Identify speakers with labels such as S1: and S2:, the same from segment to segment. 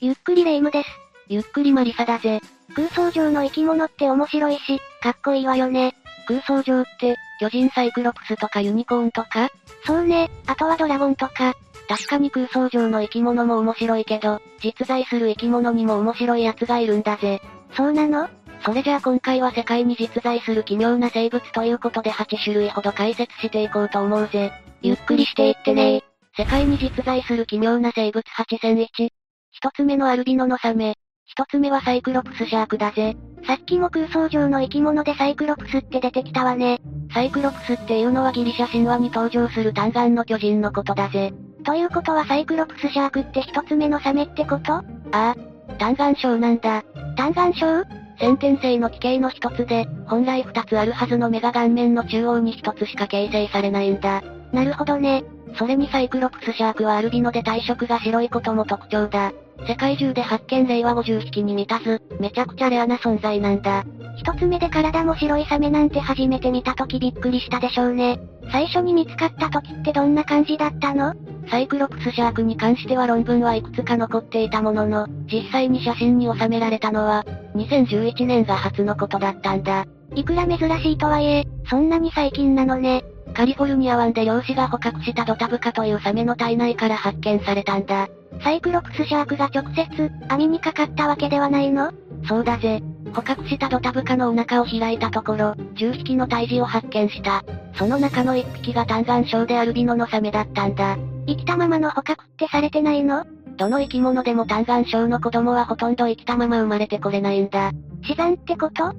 S1: ゆっくりレ夢ムです。
S2: ゆっくりマリサだぜ。
S1: 空想上の生き物って面白いし、かっこいいわよね。
S2: 空想上って、巨人サイクロプスとかユニコーンとか
S1: そうね、あとはドラゴンとか、
S2: 確かに空想上の生き物も面白いけど、実在する生き物にも面白いやつがいるんだぜ。
S1: そうなの
S2: それじゃあ今回は世界に実在する奇妙な生物ということで8種類ほど解説していこうと思うぜ。ゆっくりしていってね世界に実在する奇妙な生物8001。一つ目のアルビノのサメ。一つ目はサイクロプスシャークだぜ。
S1: さっきも空想上の生き物でサイクロプスって出てきたわね。
S2: サイクロプスっていうのはギリシャ神話に登場する単眼の巨人のことだぜ。
S1: ということはサイクロプスシャークって一つ目のサメってこと
S2: 単眼症なんだ。
S1: 単眼症
S2: 先天性の奇形の一つで、本来二つあるはずの目が顔面の中央に一つしか形成されないんだ。
S1: なるほどね。
S2: それにサイクロプスシャークはアルビノで体色が白いことも特徴だ。世界中で発見例は50匹に満たず、めちゃくちゃレアな存在なんだ。
S1: 一つ目で体も白いサメなんて初めて見た時びっくりしたでしょうね。最初に見つかった時ってどんな感じだったの
S2: サイクロプスシャークに関しては論文はいくつか残っていたものの、実際に写真に収められたのは、2011年が初のことだったんだ。
S1: いくら珍しいとはいえ、そんなに最近なのね。
S2: カリフォルニア湾で漁師が捕獲したドタブカというサメの体内から発見されたんだ。
S1: サイクロプスシャークが直接、網にかかったわけではないの
S2: そうだぜ。捕獲したドタブカのお腹を開いたところ、10匹の胎児を発見した。その中の1匹が単眼症でアルビノのサメだったんだ。
S1: 生きたままの捕獲ってされてないの
S2: どの生き物でも単眼症の子供はほとんど生きたまま生まれてこれないんだ。
S1: 死産ってこと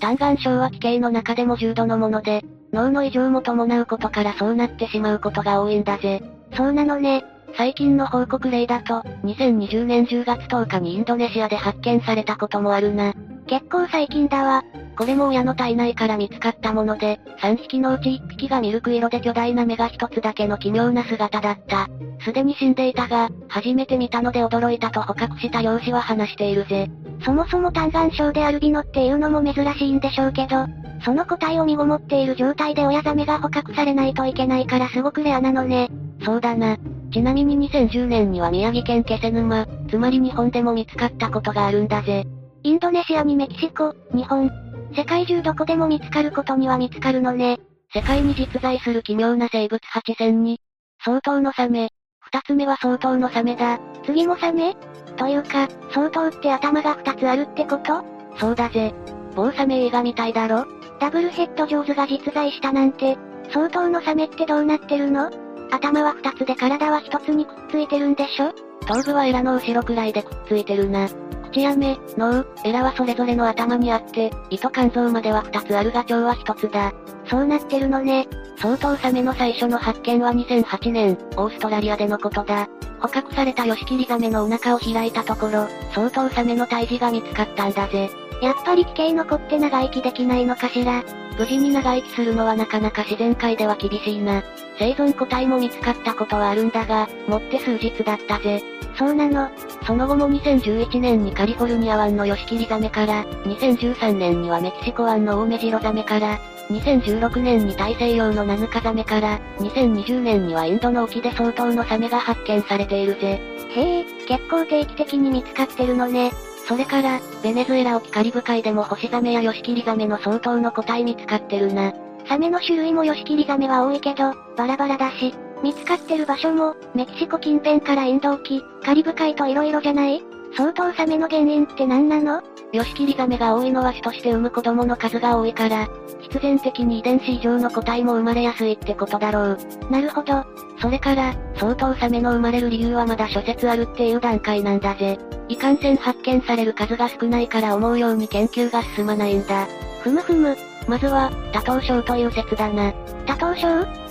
S2: 単眼症は奇形の中でも重度のもので、脳の異常も伴うことからそうなってしまうことが多いんだぜ。
S1: そうなのね。
S2: 最近の報告例だと、2020年10月10日にインドネシアで発見されたこともあるな。
S1: 結構最近だわ。
S2: これも親の体内から見つかったもので、3匹のうち1匹がミルク色で巨大な目が1つだけの奇妙な姿だった。すでに死んでいたが、初めて見たので驚いたと捕獲した漁師は話しているぜ。
S1: そもそも単眼症でアルビノっていうのも珍しいんでしょうけど、その個体を身ごもっている状態で親ザメが捕獲されないといけないからすごくレアなのね。
S2: そうだな。ちなみに2010年には宮城県気仙沼、つまり日本でも見つかったことがあるんだぜ。
S1: インドネシアにメキシコ、日本、世界中どこでも見つかることには見つかるのね。
S2: 世界に実在する奇妙な生物8000に、相当のサメ。二つ目は相当のサメだ。
S1: 次もサメというか、相当って頭が2つあるってこと
S2: そうだぜ。某サメ映画みたいだろ
S1: ダブルヘッド上手が実在したなんて、相当のサメってどうなってるの頭は2つで体は1つにくっついてるんでしょ
S2: 頭部はエラの後ろくらいでくっついてるな。口や目、脳、エラはそれぞれの頭にあって、糸肝臓までは二つあるが腸は一つだ。
S1: そうなってるのね。
S2: 相当サメの最初の発見は2008年、オーストラリアでのことだ。捕獲されたヨシキリザメのお腹を開いたところ、相当サメの胎児が見つかったんだぜ。
S1: やっぱり奇形の子って長生きできないのかしら。
S2: 無事に長生きするのはなかなか自然界では厳しいな。生存個体も見つかったことはあるんだが、もって数日だったぜ。
S1: そうなの。
S2: その後も2011年にカリフォルニア湾のヨシキリザメから、2013年にはメキシコ湾のオオメジロザメから、2016年に大西洋のナヌカザメから、2020年にはインドの沖で相当のサメが発見されているぜ。
S1: へえ、結構定期的に見つかってるのね。
S2: それから、ベネズエラ沖カリブ海でも星ザメやヨシキリザメの相当の個体見つかってるな。
S1: サメの種類もヨシキリザメは多いけど、バラバラだし、見つかってる場所も、メキシコ近辺からインド沖、カリブ海と色々じゃない相当サメの原因って何なの
S2: ヨシキリザメが多いのは種として産む子供の数が多いから、必然的に遺伝子異常の個体も生まれやすいってことだろう。
S1: なるほど。
S2: それから、相当サメの生まれる理由はまだ諸説あるっていう段階なんだぜ。いかんせん発見される数が少ないから思うように研究が進まないんだ。
S1: ふむふむ、
S2: まずは、多頭症という説だな。
S1: 多頭症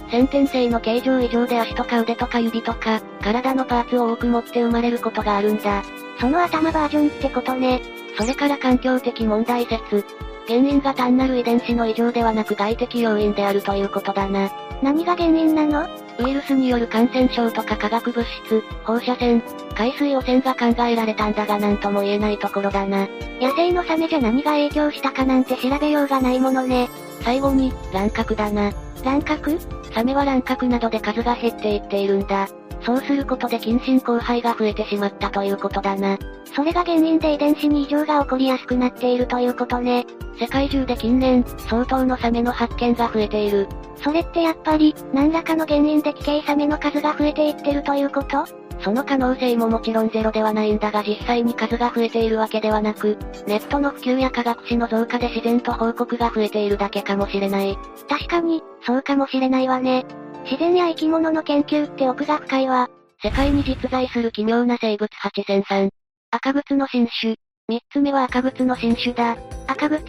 S2: 先天性の形状異常で足とか腕とか指とか、体のパーツを多く持って生まれることがあるんだ。
S1: その頭バージョンってことね。
S2: それから環境的問題説。原因が単なる遺伝子の異常ではなく外的要因であるということだな。
S1: 何が原因なの
S2: ウイルスによる感染症とか化学物質、放射線、海水汚染が考えられたんだが何とも言えないところだな。
S1: 野生のサメじゃ何が影響したかなんて調べようがないものね。
S2: 最後に、乱獲だな。
S1: 乱獲
S2: サメは乱獲などで数が減っていっているんだ。そうすることで近親交配が増えてしまったということだな。
S1: それが原因で遺伝子に異常が起こりやすくなっているということね。
S2: 世界中で近年、相当のサメの発見が増えている。
S1: それってやっぱり、何らかの原因で危険サメの数が増えていってるということ
S2: その可能性ももちろんゼロではないんだが実際に数が増えているわけではなく、ネットの普及や科学史の増加で自然と報告が増えているだけかもしれない。
S1: 確かに、そうかもしれないわね。自然や生き物の研究って奥が深いわ。
S2: 世界に実在する奇妙な生物8003。赤物の新種。三つ目は赤物の新種だ。
S1: 赤物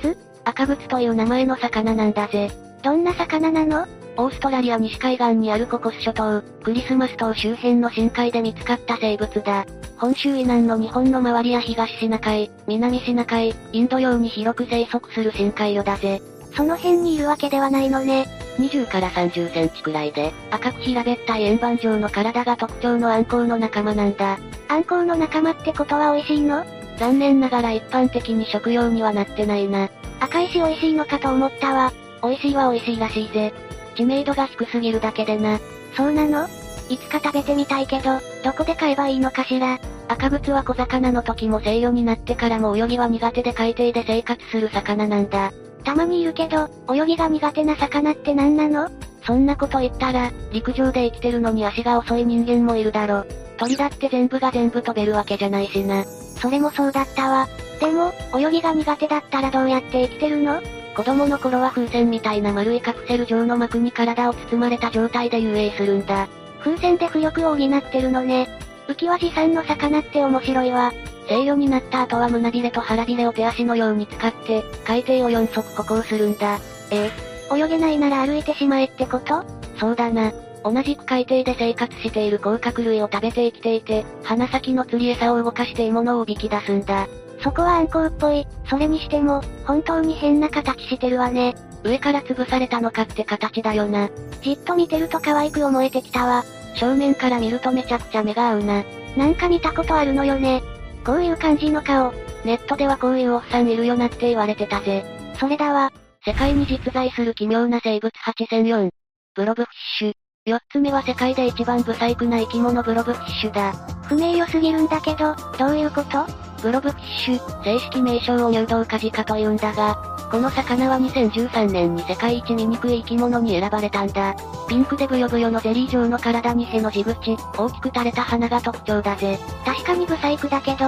S2: 赤物という名前の魚なんだぜ。
S1: どんな魚なの
S2: オーストラリア西海岸にあるココス諸島、クリスマス島周辺の深海で見つかった生物だ。本州以南の日本の周りや東シナ海、南シナ海、インド洋に広く生息する深海魚だぜ。
S1: その辺にいるわけではないのね。
S2: 20から30センチくらいで、赤く平べったい円盤状の体が特徴のアンコウの仲間なんだ。
S1: アンコウの仲間ってことは美味しいの
S2: 残念ながら一般的に食用にはなってないな。
S1: 赤いし美味しいのかと思ったわ。
S2: 美味しいは美味しいらしいぜ。知名度が低すぎるだけでな。
S1: そうなのいつか食べてみたいけど、どこで買えばいいのかしら。
S2: 赤靴は小魚の時も制御になってからも泳ぎは苦手で海底で生活する魚なんだ。
S1: たまにいるけど、泳ぎが苦手な魚って何なの
S2: そんなこと言ったら、陸上で生きてるのに足が遅い人間もいるだろ。鳥だって全部が全部飛べるわけじゃないしな。
S1: それもそうだったわ。でも、泳ぎが苦手だったらどうやって生きてるの
S2: 子供の頃は風船みたいな丸いカプセル状の膜に体を包まれた状態で遊泳するんだ。
S1: 風船で浮力を補ってるのね。浮き輪持参の魚って面白いわ。
S2: 制御になった後は胸びれと腹びれを手足のように使って、海底を4足歩行するんだ。
S1: え泳げないなら歩いてしまえってこと
S2: そうだな。同じく海底で生活している甲殻類を食べて生きていて、鼻先の釣り餌を動かして獲物をおびき出すんだ。
S1: そこはアンコウっぽい。それにしても、本当に変な形してるわね。
S2: 上から潰されたのかって形だよな。
S1: じっと見てると可愛く思えてきたわ。
S2: 正面から見るとめちゃくちゃ目が合うな。
S1: なんか見たことあるのよね。こういう感じの顔。
S2: ネットではこういうおっさんいるよなって言われてたぜ。
S1: それだわ。
S2: 世界に実在する奇妙な生物8004。ブロブフィッシュ。四つ目は世界で一番不細工な生き物ブロブフィッシュだ。
S1: 不名誉すぎるんだけど、どういうこと
S2: ブロブフィッシュ、正式名称を入道カジカと言うんだが、この魚は2013年に世界一醜い生き物に選ばれたんだ。ピンクでブヨブヨのゼリー状の体にへの地口、大きく垂れた鼻が特徴だぜ。
S1: 確かに不細工だけど、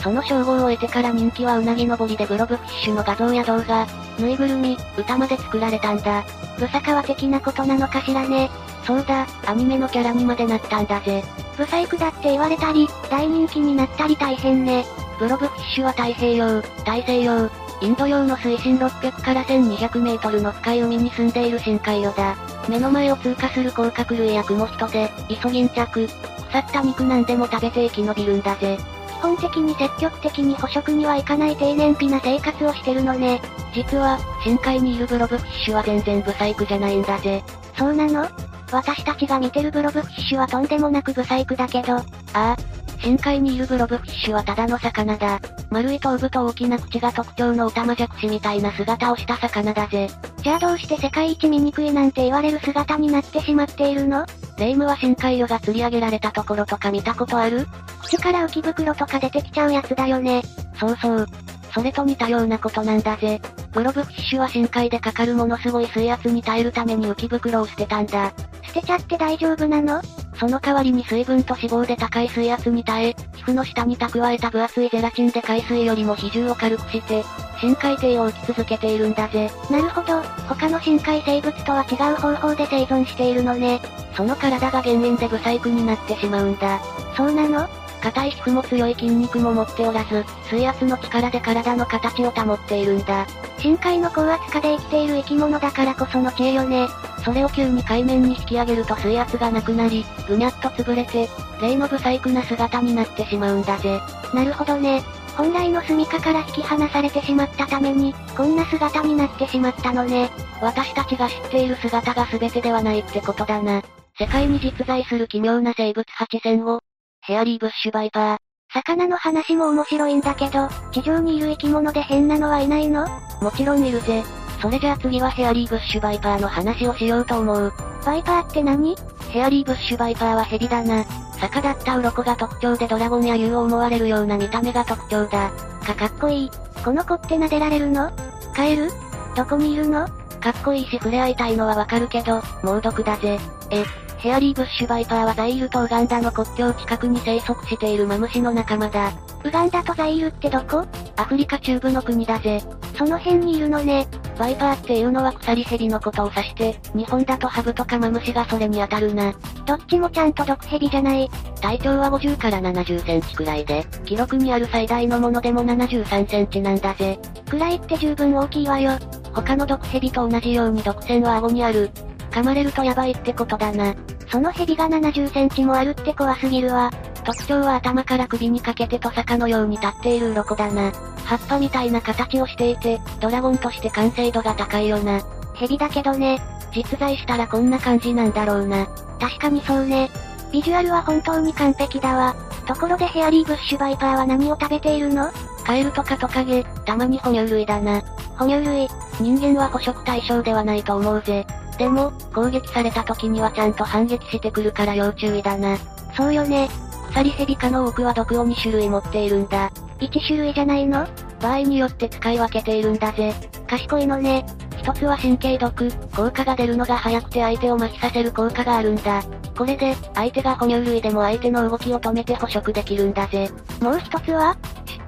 S2: その称号を得てから人気はうなぎ登りでブロブフィッシュの画像や動画、ぬいぐるみ、歌まで作られたんだ。
S1: ブサカワ的なことなのかしらね。
S2: そうだ、アニメのキャラにまでなったんだぜ。
S1: ブサイクだって言われたり、大人気になったり大変ね。
S2: ブロブフィッシュは太平洋、大西洋、インド洋の水深600から1200メートルの深い海に住んでいる深海魚だ。目の前を通過する甲殻類やクモヒトデ、イソギンチャク、腐った肉なんでも食べて生き延びるんだぜ。
S1: 基本的に積極的に捕食にはいかない低燃費な生活をしてるのね。
S2: 実は、深海にいるブロブフィッシュは全然ブサイクじゃないんだぜ。
S1: そうなの私たちが見てるブロブフィッシュはとんでもなくブサイクだけど、あ
S2: あ、深海にいるブロブフィッシュはただの魚だ。丸い頭部と大きな口が特徴のオタマジャクシみたいな姿をした魚だぜ。
S1: じゃあどうして世界一醜いなんて言われる姿になってしまっているの
S2: 霊夢は深海魚が釣り上げられたところとか見たことある
S1: 口から浮き袋とか出てきちゃうやつだよね。
S2: そうそう。それと似たようなことなんだぜ。ブロブフィッシュは深海でかかるものすごい水圧に耐えるために浮き袋を捨てたんだ。
S1: 捨てちゃって大丈夫なの
S2: その代わりに水分と脂肪で高い水圧に耐え、皮膚の下に蓄えた分厚いゼラチンで海水よりも比重を軽くして、深海底を浮き続けているんだぜ。
S1: なるほど、他の深海生物とは違う方法で生存しているのね。
S2: その体が原因で不細工になってしまうんだ。
S1: そうなの
S2: 硬い皮膚も強い筋肉も持っておらず、水圧の力で体の形を保っているんだ。
S1: 深海の高圧化で生きている生き物だからこその知恵よね。
S2: それを急に海面に引き上げると水圧がなくなり、ぐにゃっと潰れて、例の不細工な姿になってしまうんだぜ。
S1: なるほどね。本来の住処から引き離されてしまったために、こんな姿になってしまったのね。
S2: 私たちが知っている姿が全てではないってことだな。世界に実在する奇妙な生物8000を、ヘアリーブッシュバイパー。
S1: 魚の話も面白いんだけど、地上にいる生き物で変なのはいないの
S2: もちろんいるぜ。それじゃあ次はヘアリーブッシュバイパーの話をしようと思う。
S1: バイパーって何
S2: ヘアリーブッシュバイパーはヘビだな。逆だった鱗が特徴でドラゴンや竜を思われるような見た目が特徴だ。
S1: かかっこいい。この子って撫でられるの使えるどこにいるの
S2: かっこいいし触れ合いたいのはわかるけど、猛毒だぜ。え、ヘアリーブッシュバイパーはザイールとウガンダの国境近くに生息しているマムシの仲間だ。
S1: ウガンダとザイールってどこ
S2: アフリカ中部の国だぜ。
S1: その辺にいるのね。
S2: バイパーっていうのは鎖蛇のことを指して、日本だとハブとかマムシがそれに当たるな。
S1: どっちもちゃんと毒蛇じゃない。
S2: 体長は50から70センチくらいで、記録にある最大のものでも73センチなんだぜ。
S1: くらいって十分大きいわよ。
S2: 他の毒蛇と同じように毒腺は顎にある。噛まれるとヤバいってことだな。
S1: その蛇が70センチもあるって怖すぎるわ。
S2: 特徴は頭から首にかけてと坂のように立っている鱗だな。葉っぱみたいな形をしていて、ドラゴンとして完成度が高いよな。
S1: 蛇だけどね。
S2: 実在したらこんな感じなんだろうな。
S1: 確かにそうね。ビジュアルは本当に完璧だわ。ところでヘアリーブッシュバイパーは何を食べているの
S2: カエルとかトカゲ、たまに哺乳類だな。
S1: 哺乳類。
S2: 人間は捕食対象ではないと思うぜ。でも、攻撃された時にはちゃんと反撃してくるから要注意だな。
S1: そうよね。
S2: 鎖ヘビ科の多くは毒を2種類持っているんだ。
S1: 一種類じゃないの
S2: 場合によって使い分けているんだぜ。
S1: 賢いのね。
S2: 一つは神経毒、効果が出るのが早くて相手を麻痺させる効果があるんだ。これで、相手が哺乳類でも相手の動きを止めて捕食できるんだぜ。
S1: もう一つは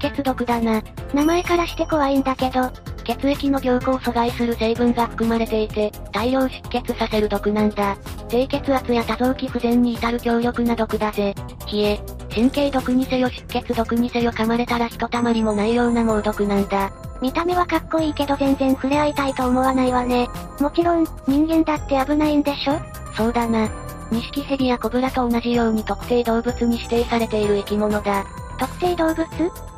S2: 出血毒だな。
S1: 名前からして怖いんだけど、
S2: 血液の凝固を阻害する成分が含まれていて、大量出血させる毒なんだ。低血圧や多臓器不全に至る強力な毒だぜ。冷え、神経毒にせよ出血毒にせよ噛まれたらひとたまりもないような猛毒なんだ。
S1: 見た目はかっこいいけど全然触れ合いたいと思わないわね。もちろん、人間だって危ないんでしょ
S2: そうだな。ニシキヘビやコブラと同じように特定動物に指定されている生き物だ。
S1: 特定動物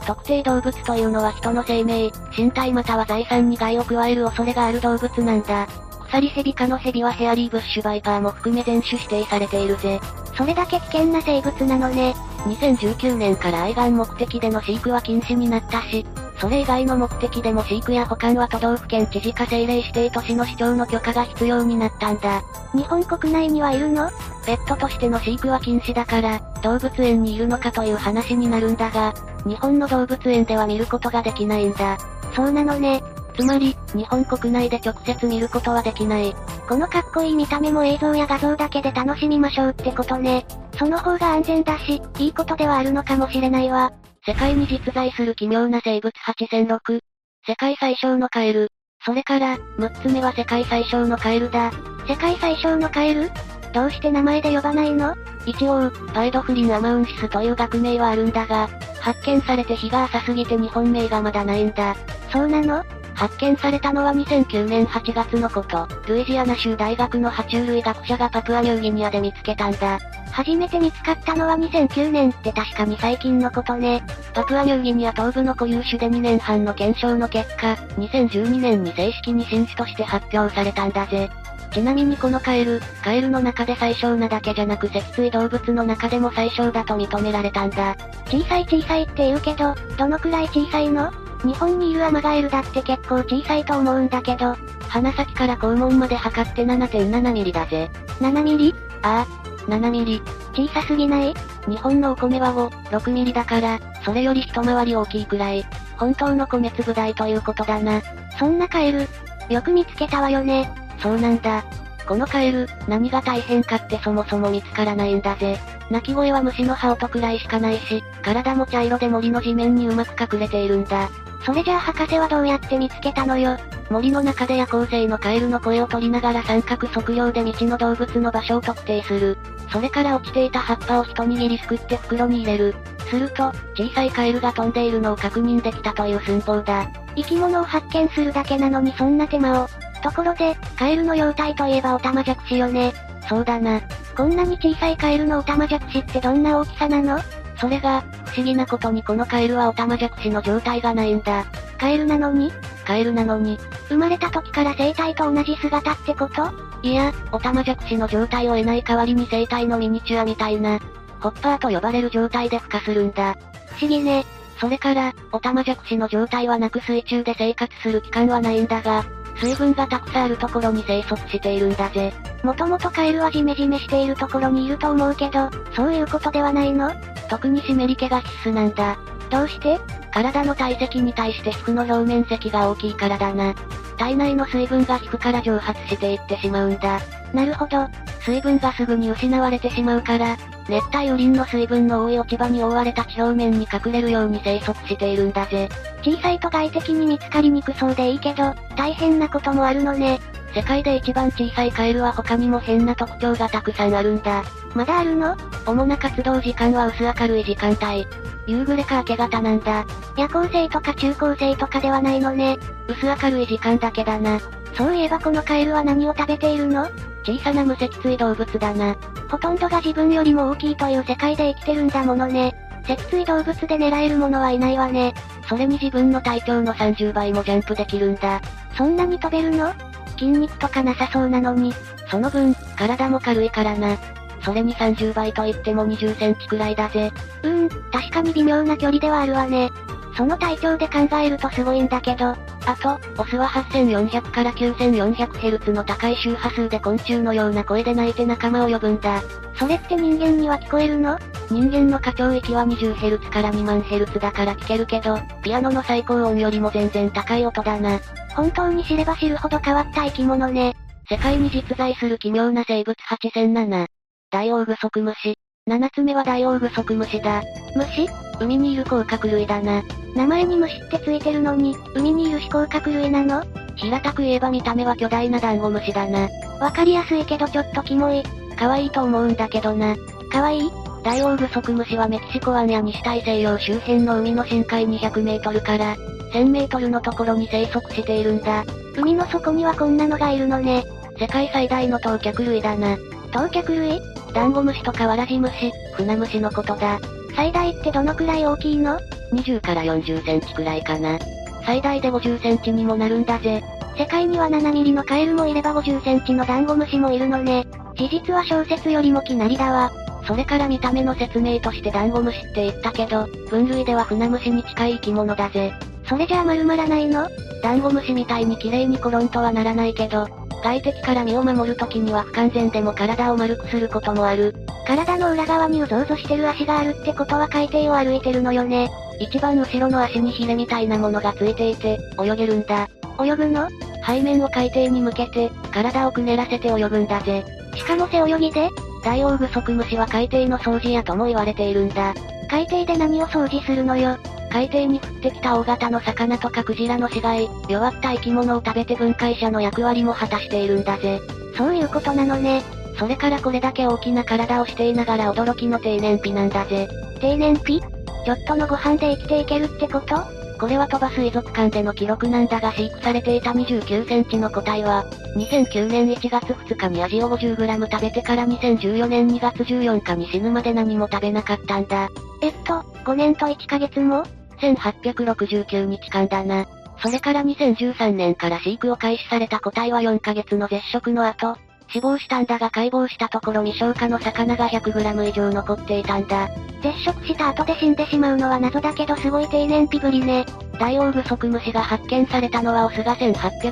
S2: 特定動物というのは人の生命、身体または財産に害を加える恐れがある動物なんだ。鎖ヘビ科のヘビはヘアリーブッシュバイパーも含め全種指定されているぜ。
S1: それだけ危険な生物なのね。
S2: 2019年から愛玩目的での飼育は禁止になったし、それ以外の目的でも飼育や保管は都道府県知事か政令指定都市の市長の許可が必要になったんだ。
S1: 日本国内にはいるの
S2: ペットとしての飼育は禁止だから、動物園にいるのかという話になるんだが、日本の動物園では見ることができないんだ。
S1: そうなのね。
S2: つまり、日本国内で直接見ることはできない。
S1: このかっこいい見た目も映像や画像だけで楽しみましょうってことね。その方が安全だし、いいことではあるのかもしれないわ。
S2: 世界に実在する奇妙な生物8006。世界最小のカエル。それから、6つ目は世界最小のカエルだ。
S1: 世界最小のカエルどうして名前で呼ばないの
S2: 一応、パイドフリン・アマウンシスという学名はあるんだが、発見されて日が浅すぎて日本名がまだないんだ。
S1: そうなの
S2: 発見されたのは2009年8月のこと、ルイジアナ州大学の爬虫類学者がパプアニューギニアで見つけたんだ。
S1: 初めて見つかったのは2009年って確かに最近のことね。
S2: パプアニューギニア東部の固有種で2年半の検証の結果、2012年に正式に新種として発表されたんだぜ。ちなみにこのカエル、カエルの中で最小なだけじゃなく脊椎動物の中でも最小だと認められたんだ。
S1: 小さい小さいって言うけど、どのくらい小さいの日本にいるアマガエルだって結構小さいと思うんだけど、
S2: 鼻先から肛門まで測って7.7ミリだぜ。
S1: 7ミリ
S2: ああ、7ミリ。
S1: 小さすぎない
S2: 日本のお米は5、6ミリだから、それより一回り大きいくらい。本当の米粒大ということだな。
S1: そんなカエル。よく見つけたわよね。
S2: そうなんだ。このカエル、何が大変かってそもそも見つからないんだぜ。鳴き声は虫の羽音くらいしかないし、体も茶色で森の地面にうまく隠れているんだ。
S1: それじゃあ博士はどうやって見つけたのよ。
S2: 森の中で夜行性のカエルの声を取りながら三角測量で道の動物の場所を特定する。それから落ちていた葉っぱを一握りすくって袋に入れる。すると、小さいカエルが飛んでいるのを確認できたという寸法だ。
S1: 生き物を発見するだけなのにそんな手間を。ところで、カエルの幼体といえばオタマジャクシよね。
S2: そうだな。
S1: こんなに小さいカエルのオタマジャクシってどんな大きさなの
S2: それが、不思議なことにこのカエルはオタマジャクシの状態がないんだ。
S1: カエルなのに
S2: カエルなのに、
S1: 生まれた時から生体と同じ姿ってこと
S2: いや、オタマジャクシの状態を得ない代わりに生体のミニチュアみたいな、ホッパーと呼ばれる状態で孵化するんだ。
S1: 不思議ね。
S2: それから、オタマジャクシの状態はなく水中で生活する期間はないんだが、水分がたくさんあるところに生息しているんだぜ。
S1: もともとカエルはジメジメしているところにいると思うけど、そういうことではないの
S2: 特に湿り気が必須なんだ。
S1: どうして
S2: 体の体積に対して皮膚の表面積が大きいからだな。体内の水分が皮膚から蒸発していってしまうんだ。
S1: なるほど。
S2: 水分がすぐに失われてしまうから、熱帯雨林の水分の多い落ち葉に覆われた地表面に隠れるように生息しているんだぜ。
S1: 小さいと外敵に見つかりにくそうでいいけど、大変なこともあるのね。
S2: 世界で一番小さいカエルは他にも変な特徴がたくさんあるんだ。
S1: まだあるの
S2: 主な活動時間は薄明るい時間帯。夕暮れか明け方なんだ。
S1: 夜行性とか中高生とかではないのね。
S2: 薄明るい時間だけだな。
S1: そういえばこのカエルは何を食べているの
S2: 小さな無脊椎動物だな。
S1: ほとんどが自分よりも大きいという世界で生きてるんだものね。脊椎動物で狙えるものはいないわね。
S2: それに自分の体長の30倍もジャンプできるんだ。
S1: そんなに飛べるの筋肉とかなさそうなのに。
S2: その分、体も軽いからな。それに30倍といっても20センチくらいだぜ。
S1: うーん、確かに微妙な距離ではあるわね。その体調で考えるとすごいんだけど。
S2: あと、オスは8400から9400ヘルツの高い周波数で昆虫のような声で鳴いて仲間を呼ぶんだ。
S1: それって人間には聞こえるの
S2: 人間の過聴域は20ヘルツから2万ヘルツだから聞けるけど、ピアノの最高音よりも全然高い音だな。
S1: 本当に知れば知るほど変わった生き物ね。
S2: 世界に実在する奇妙な生物8007。ダイオウグソクムシ。7つ目はダイオウグソクムシだ。
S1: 虫
S2: 海にいる甲殻類だな。
S1: 名前に虫ってついてるのに、海にいるし甲殻類なの
S2: 平たく言えば見た目は巨大なダンゴムシだな。
S1: わかりやすいけどちょっとキモい。
S2: 可愛いと思うんだけどな。
S1: 可愛い
S2: ダイオウグソクムシはメキシコ湾や西大西洋周辺の海の深海200メートルから1000メートルのところに生息しているんだ。
S1: 海の底にはこんなのがいるのね。
S2: 世界最大の当脚類だな。
S1: 当脚類
S2: ダンゴムシとかワラジムシ、フナムシのことだ。
S1: 最大ってどのくらい大きいの
S2: ?20 から40センチくらいかな。最大で50センチにもなるんだぜ。
S1: 世界には7ミリのカエルもいれば50センチのダンゴムシもいるのね。事実は小説よりもきなりだわ。
S2: それから見た目の説明としてダンゴムシって言ったけど、分類ではフナムシに近い生き物だぜ。
S1: それじゃあ丸まらないの
S2: ダンゴムシみたいに綺麗にコロンとはならないけど、外敵から身を守る時には不完全でも体を丸くすることもある。
S1: 体の裏側にうぞうぞしてる足があるってことは海底を歩いてるのよね。
S2: 一番後ろの足にヒレみたいなものがついていて、泳げるんだ。
S1: 泳ぐの
S2: 背面を海底に向けて、体をくねらせて泳ぐんだぜ。
S1: しかも背泳ぎで
S2: ダイオウグソクムシは海底の掃除屋とも言われているんだ。
S1: 海底で何を掃除するのよ。
S2: 海底に降ってきた大型の魚とかクジラの死骸、弱った生き物を食べて分解者の役割も果たしているんだぜ。
S1: そういうことなのね。
S2: それからこれだけ大きな体をしていながら驚きの低燃費なんだぜ。
S1: 低燃費ちょっとのご飯で生きていけるってこと
S2: これは鳥羽水族館での記録なんだが飼育されていた29センチの個体は、2009年1月2日に味を 50g 食べてから2014年2月14日に死ぬまで何も食べなかったんだ。
S1: えっと、5年と1ヶ月も
S2: 1869日間だな。それから2013年から飼育を開始された個体は4ヶ月の絶食の後、死亡したんだが解剖したところ未消化の魚が 100g 以上残っていたんだ。
S1: 絶食した後で死んでしまうのは謎だけどすごい低燃費ぶりね。
S2: ダイオウグソクムシが発見されたのはオスが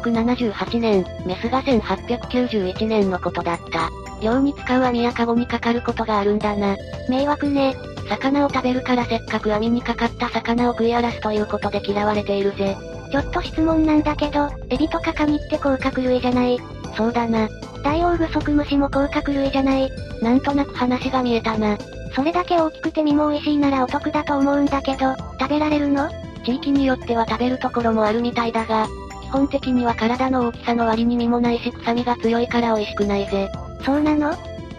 S2: 1878年、メスが1891年のことだった。漁に使う網やカゴにかかることがあるんだな。
S1: 迷惑ね。
S2: 魚を食べるからせっかく網にかかった魚を食い荒らすということで嫌われているぜ。
S1: ちょっと質問なんだけど、エビとかカニって甲殻類じゃない
S2: そうだな。
S1: ダイオウグソクムシも甲殻類じゃない
S2: なんとなく話が見えたな。
S1: それだけ大きくて身も美味しいならお得だと思うんだけど、食べられるの
S2: 地域によっては食べるところもあるみたいだが、基本的には体の大きさの割に身もないし臭みが強いから美味しくないぜ。
S1: そうなの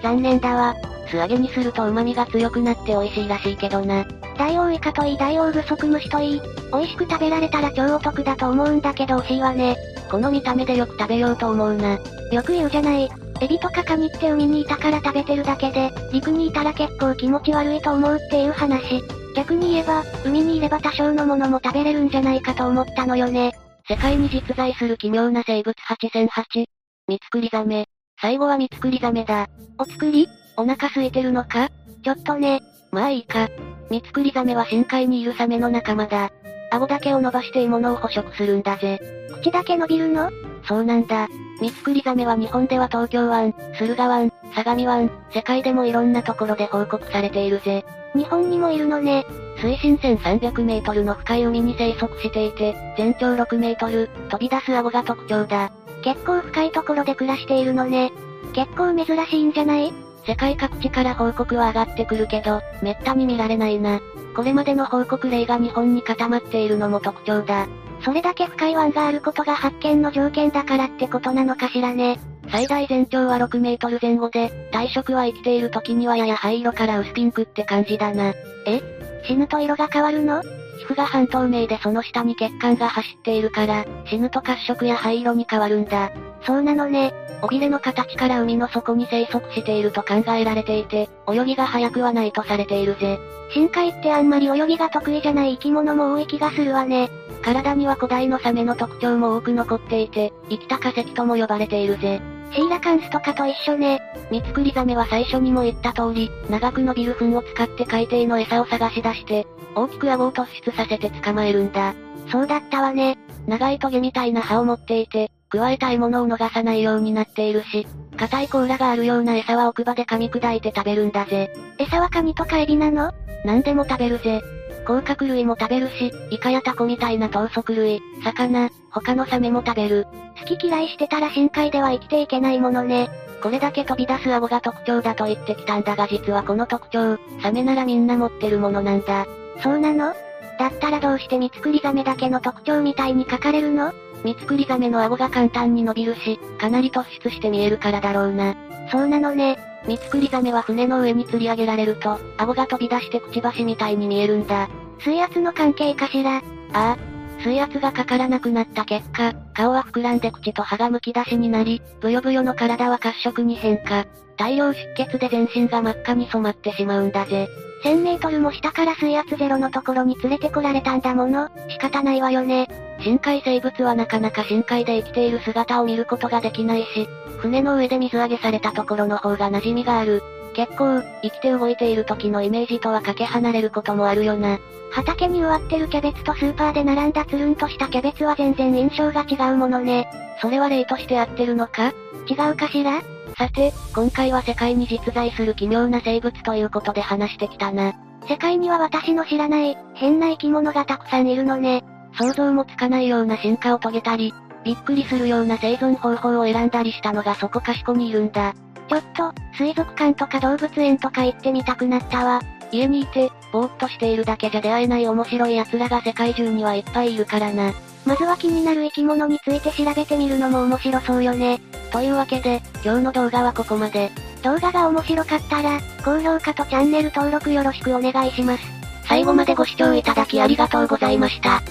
S2: 残念だわ。素揚げにすると旨味が強くなって美味しいらしいけどな。
S1: ダイオウイカといいダイオウグソクムシといい、美味しく食べられたら超お得だと思うんだけど惜しいわね。
S2: この見た目でよく食べようと思うな。
S1: よく言うじゃない。エビとかカニって海にいたから食べてるだけで、陸にいたら結構気持ち悪いと思うっていう話。逆に言えば、海にいれば多少のものも食べれるんじゃないかと思ったのよね。
S2: 世界に実在する奇妙な生物8008。ミツクリザメ。最後はミツクリザメだ。
S1: お作り
S2: お腹空いてるのか
S1: ちょっとね。
S2: まあいいか。ミツクリザメは深海にいるサメの仲間だ。顎だけを伸ばして獲物を捕食するんだぜ。
S1: 口だけ伸びるの
S2: そうなんだ。ミツクリザメは日本では東京湾、駿河湾、相模湾、世界でもいろんなところで報告されているぜ。
S1: 日本にもいるのね。
S2: 水深1300メートルの深い海に生息していて、全長6メートル、飛び出す顎が特徴だ。
S1: 結構深いところで暮らしているのね。結構珍しいんじゃない
S2: 世界各地から報告は上がってくるけど、めったに見られないな。これまでの報告例が日本に固まっているのも特徴だ。
S1: それだけ深い湾があることが発見の条件だからってことなのかしらね。
S2: 最大全長は6メートル前後で、体色は生きている時にはやや灰色から薄ピンクって感じだな。
S1: え死ぬと色が変わるの
S2: 皮膚が半透明でその下に血管が走っているから、死ぬと褐色や灰色に変わるんだ。
S1: そうなのね。
S2: 尾びれの形から海の底に生息していると考えられていて、泳ぎが速くはないとされているぜ。
S1: 深海ってあんまり泳ぎが得意じゃない生き物も多い気がするわね。
S2: 体には古代のサメの特徴も多く残っていて、生きた化石とも呼ばれているぜ。
S1: シーラカンスとかと一緒ね。
S2: ミツクリザメは最初にも言った通り、長く伸びる糞を使って海底の餌を探し出して、大きく顎を突出させて捕まえるんだ。
S1: そうだったわね。
S2: 長いトゲみたいな歯を持っていて、加えた獲物を逃さないようになっているし、硬い甲羅があるような餌は奥歯で噛み砕いて食べるんだぜ。
S1: 餌はカニとかエビなの
S2: 何でも食べるぜ。甲殻類も食べるし、イカやタコみたいな等足類、魚、他のサメも食べる。
S1: 好き嫌いしてたら深海では生きていけないものね。
S2: これだけ飛び出す顎が特徴だと言ってきたんだが実はこの特徴、サメならみんな持ってるものなんだ。
S1: そうなのだったらどうしてミツクリザメだけの特徴みたいに書かれるの
S2: ミツクリザメの顎が簡単に伸びるし、かなり突出して見えるからだろうな。
S1: そうなのね。
S2: ミツクリザメは船の上に吊り上げられると、顎が飛び出してくちばしみたいに見えるんだ。
S1: 水圧の関係かしらあ
S2: あ。水圧がかからなくなった結果、顔は膨らんで口と歯がむき出しになり、ブヨブヨの体は褐色に変化。大量出血で全身が真っ赤に染まってしまうんだぜ。
S1: 1000メートルも下から水圧ゼロのところに連れてこられたんだもの、仕方ないわよね。
S2: 深海生物はなかなか深海で生きている姿を見ることができないし、船の上で水揚げされたところの方が馴染みがある。結構、生きて動いている時のイメージとはかけ離れることもあるよな。
S1: 畑に植わってるキャベツとスーパーで並んだつるんとしたキャベツは全然印象が違うものね。
S2: それは例として合ってるのか
S1: 違うかしら
S2: さて、今回は世界に実在する奇妙な生物ということで話してきたな。
S1: 世界には私の知らない、変な生き物がたくさんいるのね。
S2: 想像もつかないような進化を遂げたり、びっくりするような生存方法を選んだりしたのがそこかしこにいるんだ。
S1: ちょっと、水族館とか動物園とか行ってみたくなったわ。
S2: 家にいて、ぼーっとしているだけじゃ出会えない面白い奴らが世界中にはいっぱいいるからな。
S1: まずは気になる生き物について調べてみるのも面白そうよね。
S2: というわけで、今日の動画はここまで。
S1: 動画が面白かったら、高評価とチャンネル登録よろしくお願いします。
S2: 最後までご視聴いただきありがとうございました。